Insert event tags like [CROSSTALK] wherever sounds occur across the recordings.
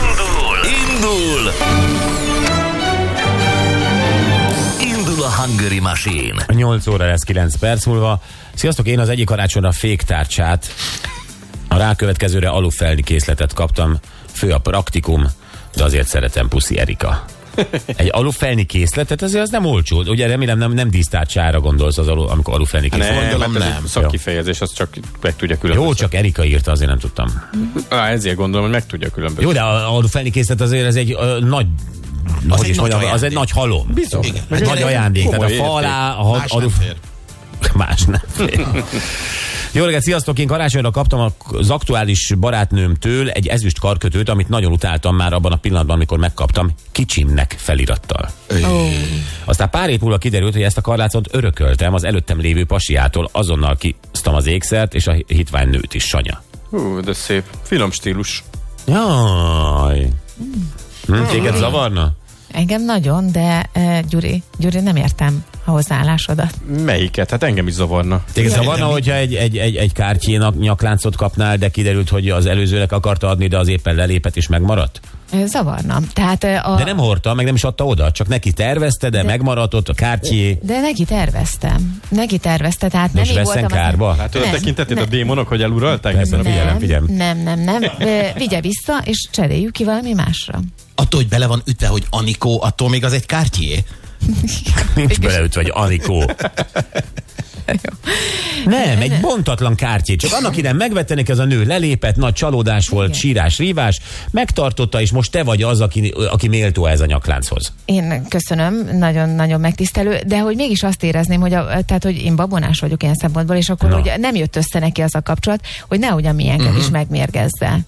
Indul! Indul! Indul a Hungary Machine! 8 óra lesz 9 perc múlva. Sziasztok, én az egyik karácsonyra féktárcsát, a rákövetkezőre alufelni készletet kaptam. Fő a praktikum, de azért szeretem puszi Erika. Egy alufelni készletet, azért az nem olcsó. Ugye remélem nem, nem dísztárcsára gondolsz az alu, amikor alufelni készlet. Nem, Gondolom, hát ez egy Jó. szakkifejezés, az csak meg tudja Jó, különböztetni. csak Erika írta, azért nem tudtam. Á, ezért gondolom, hogy meg tudja különböztetni. Jó, de a alufelni készlet azért ez egy ö, nagy az, hogy egy is nagy mondjam, az egy ajándék. nagy halom. Biztos. Igen. Egy nagy ajándék. Tehát a Komoly fa érték. alá, a ha- Más alu, nem fér. Más nem. Jó reggelt, sziasztok! Én karácsonyra kaptam az aktuális barátnőmtől egy ezüst karkötőt, amit nagyon utáltam már abban a pillanatban, amikor megkaptam, kicsimnek felirattal. Aztán pár év múlva kiderült, hogy ezt a karlácot örököltem az előttem lévő pasiától, azonnal kisztam az ékszert, és a hitvány nőt is, Sanya. Hú, de szép. Finom stílus. Jaj! Hm, téged zavarna? Engem nagyon, de uh, Gyuri, Gyuri, nem értem a hozzáállásodat. Melyiket? Hát engem is zavarna. Téged zavarna, hogyha egy, egy, egy, egy kártyénak nyakláncot kapnál, de kiderült, hogy az előzőnek akarta adni, de az éppen lelépett és megmaradt? Ö, E, Zavarna. Tehát ö, a... De nem hordta, meg nem is adta oda, csak neki tervezte, de, megmaradt ott a kártyé. De neki terveztem. Neki tervezte, tehát nem És én vesszen voltam az- kárba? Hát, Hát a Nem, tekintetét a nem. démonok, hogy eluralták Persze, ezen a nem. figyelem. Figyelem, figyelem. Nem, nem, nem. Ö, Vigye vissza, és cseréljük ki valami másra. Attól, hogy bele van ütve, hogy Anikó, attól még az egy kártyé. Nincs beleütve egy Anikó. Nem, egy bontatlan kártyét. Csak annak idején megvette neki az a nő, lelépett, nagy csalódás volt, Igen. sírás, rívás, megtartotta, és most te vagy az, aki, aki méltó ez a nyaklánchoz. Én köszönöm, nagyon-nagyon megtisztelő, de hogy mégis azt érezném, hogy, a, tehát, hogy én babonás vagyok ilyen szempontból, és akkor Na. Mhm. hogy nem jött össze neki az a kapcsolat, hogy nehogy a miénket uh-huh. is megmérgezze.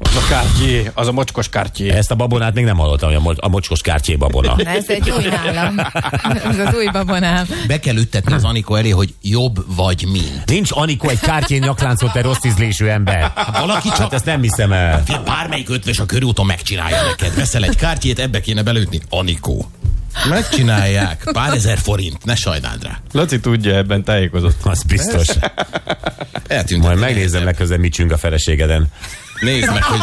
Az a kártyé, az a mocskos kártyé. Ezt a babonát még nem hallottam, hogy a mo- a mocskos kártyé babona. Na, ez egy új nálam. [LAUGHS] Ez az új babonám. Be kell üttetni az Anikó elé, hogy jobb vagy mint. Nincs Anikó egy kártyén nyakláncot, te rossz ízlésű ember. Valaki csak Hát ezt nem hiszem el. Fél, bármelyik ötvös a körúton megcsinálja neked. Veszel egy kártyét, ebbe kéne belőtni. Anikó. Megcsinálják. Pár ezer forint, ne sajnáld rá. Laci tudja, ebben tájékozott. Az biztos. Eltűnt. Majd megnézem legközelebb, mit csüng a feleségeden. Nézd meg, hogy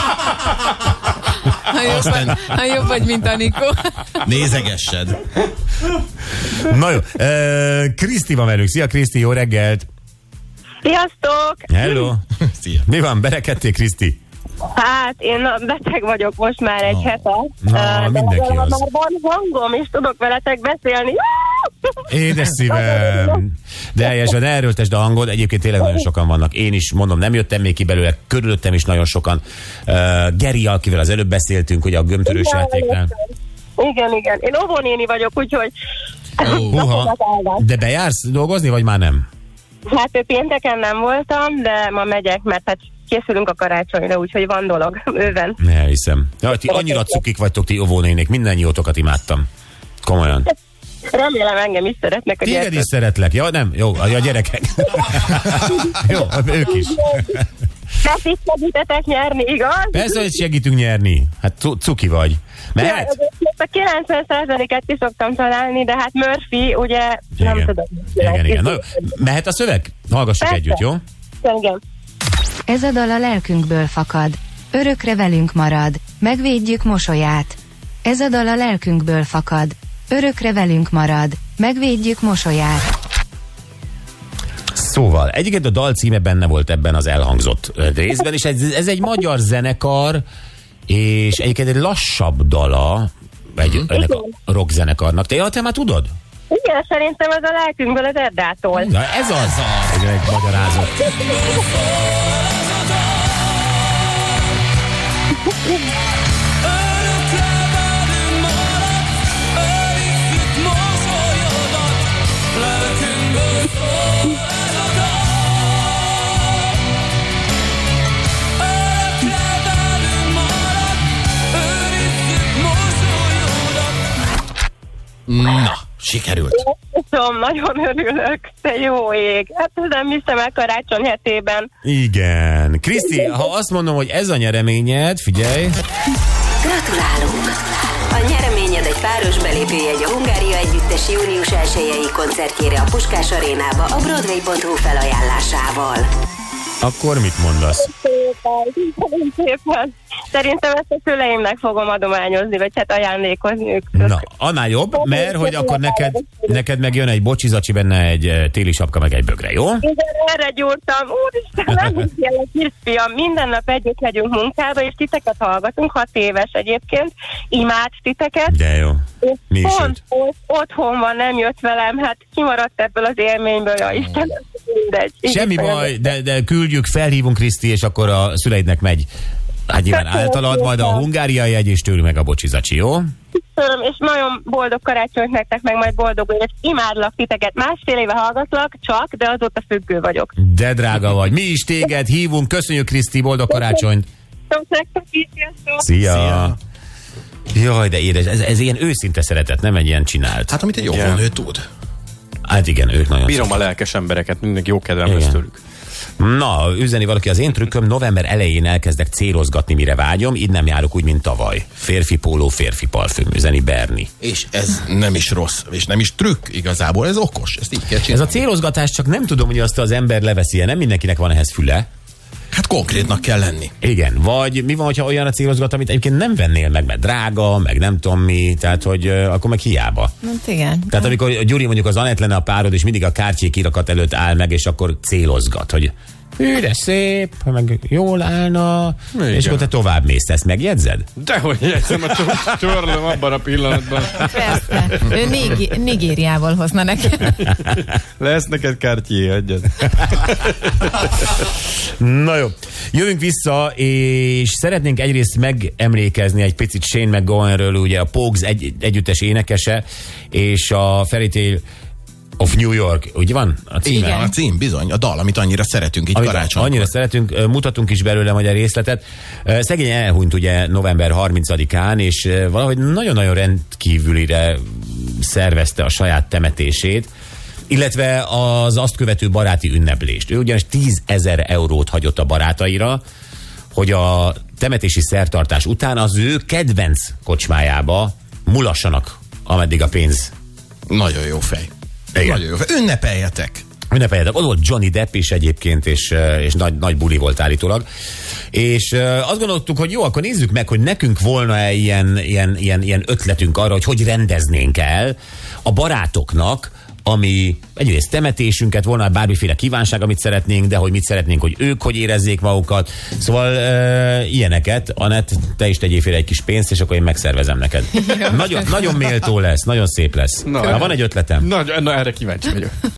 Ha jobb, Aztán- vagy, ha jobb vagy, mint Anikó. nézegessed. Na jó, ö, Kriszti van velünk. Szia Kriszti, jó reggelt! Sziasztok! Hello! Szia. Mi van, berekedtél Kriszti? Hát én beteg vagyok most már egy hete. Na, Ö, de mindenki legalább az. Már van hangom, és tudok veletek beszélni. Édes szívem! De helyes, van, ne erőltesd a hangod, egyébként tényleg nagyon sokan vannak. Én is mondom, nem jöttem még ki belőle, körülöttem is nagyon sokan. Uh, Geri, akivel az előbb beszéltünk, ugye a gömbtörős játéknál. Igen, igen. Én óvónéni vagyok, úgyhogy [LAUGHS] Húha, Napokat de bejársz dolgozni, vagy már nem? hát ő pénteken nem voltam, de ma megyek, mert hát készülünk a karácsonyra, úgyhogy van dolog [LAUGHS] bőven. Ne hiszem. Ja, ti annyira cukik vagytok, ti óvónének, minden jótokat imádtam. Komolyan. Remélem engem is szeretnek a Téged gyerekek. is szeretlek. Ja, nem, jó, a gyerekek. jó, ők is. Hát itt segítetek nyerni, igaz? Persze, hogy segítünk nyerni. Hát cu- cuki vagy. Ja, Mert? egyébként A 90%-et ki szoktam találni, de hát Murphy, ugye, nem tudom. igen, igen. Na, jó. mehet a szöveg? Hallgassuk Persze. együtt, jó? igen. Ez a dal a lelkünkből fakad. Örökre velünk marad, megvédjük mosolyát. Ez a dal a lelkünkből fakad. Örökre velünk marad, megvédjük mosolyát. Szóval, egyébként a dal címe benne volt ebben az elhangzott ö, részben, és ez, ez egy magyar zenekar, és egyébként egy lassabb dala Mhm. egy, ennek a rock zenekarnak. Te, ja, te már tudod? Igen, szerintem az a lelkünkből az Erdától. Na, ez az. Ez egy magyarázat. Na, sikerült. Köszönöm, nagyon örülök, te jó ég. Hát ez nem hiszem el karácsony hetében. Igen. Kriszti, ha azt mondom, hogy ez a nyereményed, figyelj. Gratulálunk! A nyereményed egy páros belépőjegy a Hungária Együttes június 1 koncertjére a Puskás Arénába a Broadway.hu felajánlásával. Akkor mit mondasz? Szépen, köszönöm szépen. Szerintem ezt a szüleimnek fogom adományozni, vagy hát ajándékozni ők. Na, annál jobb, mert hogy akkor neked, neked megjön egy bocsizacsi benne egy eh, téli sapka, meg egy bögre, jó? Igen, erre gyúrtam. Úristen, [LAUGHS] nem hiszem, kisfiam. Minden nap együtt megyünk munkába, és titeket hallgatunk, hat éves egyébként. Imád titeket. De jó. És Mi is pont őt? ott, otthon van, nem jött velem, hát kimaradt ebből az élményből, ja Isten, mindegy. Semmi Istenem. baj, de, de küldjük, felhívunk Kriszti, és akkor a szüleidnek megy. Hát nyilván Köszönöm általad, majd a szépen. hungáriai egy, és tőlük meg a bocsizacsi, jó? Köszönöm, és nagyon boldog karácsonyt nektek, meg majd boldog évet. Imádlak titeket. Másfél éve hallgatlak, csak, de azóta függő vagyok. De drága vagy. Mi is téged hívunk, köszönjük Kriszti, boldog karácsonyt. Köszönöm nektek is, sziasztok! Szia. Jaj, de édes, ez, ez ilyen őszinte szeretet, nem egy ilyen csinált. Hát amit egy Igen. óvónő tud. Hát igen, ők nagyon Bírom a lelkes embereket, mindenki jó kedvem Igen. lesz tőlük. Na, üzeni valaki az én trükköm, november elején elkezdek célozgatni, mire vágyom, így nem járok úgy, mint tavaly. Férfi póló, férfi parfüm, üzeni Berni. És ez nem is rossz, és nem is trükk igazából, ez okos, ezt így kell Ez a csinálni. célozgatás csak nem tudom, hogy azt az ember leveszi nem mindenkinek van ehhez füle. Hát konkrétnak kell lenni. Igen, vagy mi van, hogyha olyan a célozgat, amit egyébként nem vennél meg, mert drága, meg nem tudom mi, tehát hogy ö, akkor meg hiába. Hát igen. Tehát amikor a Gyuri mondjuk az Anett lenne a párod, és mindig a kártyék kirakat előtt áll meg, és akkor célozgat, hogy hű, de szép, meg jól állna, Igen. Igen. és akkor te tovább mész, te ezt megjegyzed? Dehogy jegyzem, a tör- törlöm abban a pillanatban. Persze. Ő Nigi- Nigériából hozna neked. Lesz neked kártyé, adjad. Na jó, jövünk vissza, és szeretnénk egyrészt megemlékezni egy picit Shane McGowanről, ugye a Pogs egy, együttes énekese, és a Fairy Tale of New York, úgy van? A címe? Igen. A cím bizony, a dal, amit annyira szeretünk így Amit karácsonykor. annyira szeretünk, ö, mutatunk is belőle majd a részletet. Ö, Szegény elhunyt ugye november 30-án, és ö, valahogy nagyon-nagyon rendkívülire szervezte a saját temetését, illetve az azt követő baráti ünneplést. Ő ugyanis 10 ezer eurót hagyott a barátaira, hogy a temetési szertartás után az ő kedvenc kocsmájába mulassanak, ameddig a pénz Nagyon jó fej. Igen. Nagyon jó fej. Ünnepeljetek. ünnepeljetek. Ott volt Johnny Depp is egyébként, és, eh, és nagy, nagy buli volt állítólag. És eh, azt gondoltuk, hogy jó, akkor nézzük meg, hogy nekünk volna-e ilyen, ilyen, ilyen, ilyen ötletünk arra, hogy hogy rendeznénk el a barátoknak, ami egyrészt temetésünket, volna bármiféle kívánság, amit szeretnénk, de hogy mit szeretnénk, hogy ők hogy érezzék magukat. Szóval e, ilyeneket, Anett, te is tegyél félre egy kis pénzt, és akkor én megszervezem neked. nagyon, nagyon méltó lesz, nagyon szép lesz. Na, Na. Na van egy ötletem? Na, na erre kíváncsi vagyok.